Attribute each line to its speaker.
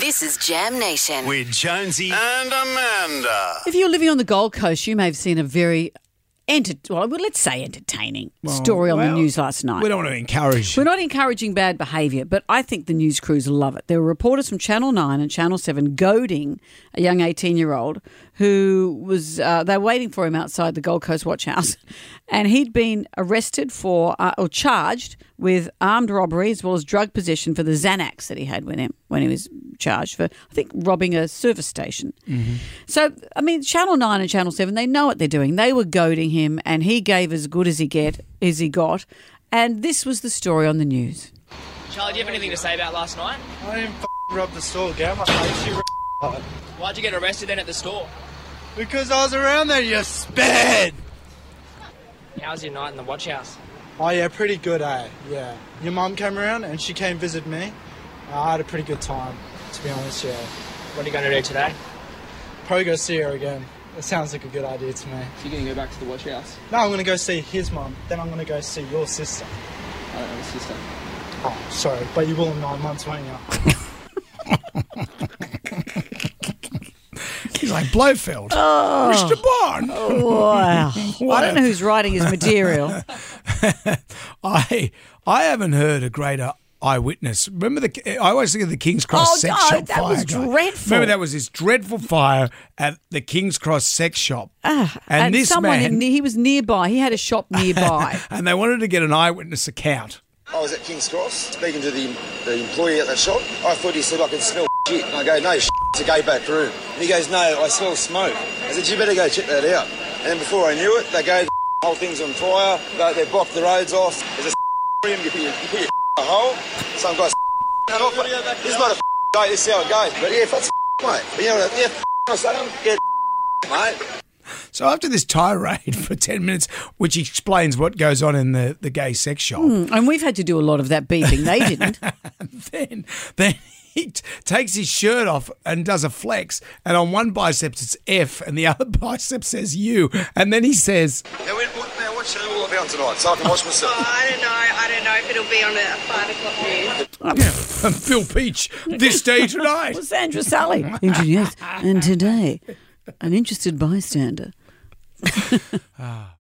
Speaker 1: This is Jam Nation.
Speaker 2: with Jonesy.
Speaker 3: and Amanda.
Speaker 4: If you're living on the Gold Coast, you may have seen a very, enter- well, well, let's say entertaining story on
Speaker 5: well,
Speaker 4: the news last night.
Speaker 5: We don't want to encourage.
Speaker 4: We're not encouraging bad behaviour, but I think the news crews love it. There were reporters from Channel 9 and Channel 7 goading a young 18 year old who was, uh, they're waiting for him outside the Gold Coast Watch House. And he'd been arrested for, uh, or charged with armed robbery as well as drug possession for the Xanax that he had when he, when he was charged for, I think, robbing a service station. So, I mean, Channel 9 and Channel 7, they know what they're doing. They were goading him, and he gave as good as he get as he got. And this was the story on the news.
Speaker 6: Charlie, do you have anything to say about last night?
Speaker 7: I didn't f***ing rob the store, get out my face, you r-
Speaker 6: Why'd you get arrested then at the store?
Speaker 7: Because I was around there, you sped!
Speaker 6: How's your night in the watch house?
Speaker 7: Oh yeah, pretty good, eh? Yeah. Your mum came around and she came visit me. Uh, I had a pretty good time, to be honest, yeah.
Speaker 6: What are you going to do today?
Speaker 7: Probably go see her again. That sounds like a good idea to me.
Speaker 6: You're going to go back to the watch house.
Speaker 7: No, I'm gonna go see his mum, then I'm gonna go see your sister.
Speaker 6: I don't know the system.
Speaker 7: Oh, sorry, but you will in nine months, won't you?
Speaker 5: He's like Blofeld.
Speaker 4: Uh,
Speaker 5: Mr. Bond.
Speaker 4: Wow. I
Speaker 5: What
Speaker 4: don't
Speaker 5: a-
Speaker 4: know who's writing his material.
Speaker 5: I I haven't heard a greater eyewitness. Remember the I always think of the King's Cross
Speaker 4: Oh,
Speaker 5: sex
Speaker 4: no,
Speaker 5: shop
Speaker 4: that
Speaker 5: fire.
Speaker 4: was
Speaker 5: guy.
Speaker 4: dreadful.
Speaker 5: Remember that was this dreadful fire at the King's Cross sex shop. and, this
Speaker 4: Ah, someone
Speaker 5: man
Speaker 4: in- he was nearby. He had a shop nearby.
Speaker 5: and they wanted to get an eyewitness account.
Speaker 8: I was at King's Cross speaking to the, the employee at that shop. I thought he said I could smell shit. And I go, no, shit, it's a gay back room. And he goes, no, I smell smoke. I said, you better go check that out. And then before I knew it, they go, the whole thing's on fire. They, they blocked the roads off. There's a room, you put your, you put your hole. Some guy's that off. This is not a guy, this is how it goes. But yeah, that's mate. But you know what? Yeah, I said, yeah, mate.
Speaker 5: So after this tirade for ten minutes, which explains what goes on in the, the gay sex shop,
Speaker 4: and we've had to do a lot of that beeping. They didn't.
Speaker 5: then then he t- takes his shirt off and does a flex, and on one bicep it's F, and the other bicep says U, and then he says,
Speaker 8: Now, what- what- now, what's it all about tonight? So I can wash myself.
Speaker 9: I don't know. I don't know if it'll be on at five o'clock news.
Speaker 5: "Phil Peach, this day tonight."
Speaker 4: Well, Sandra Sally. Introduced. And today, an interested bystander.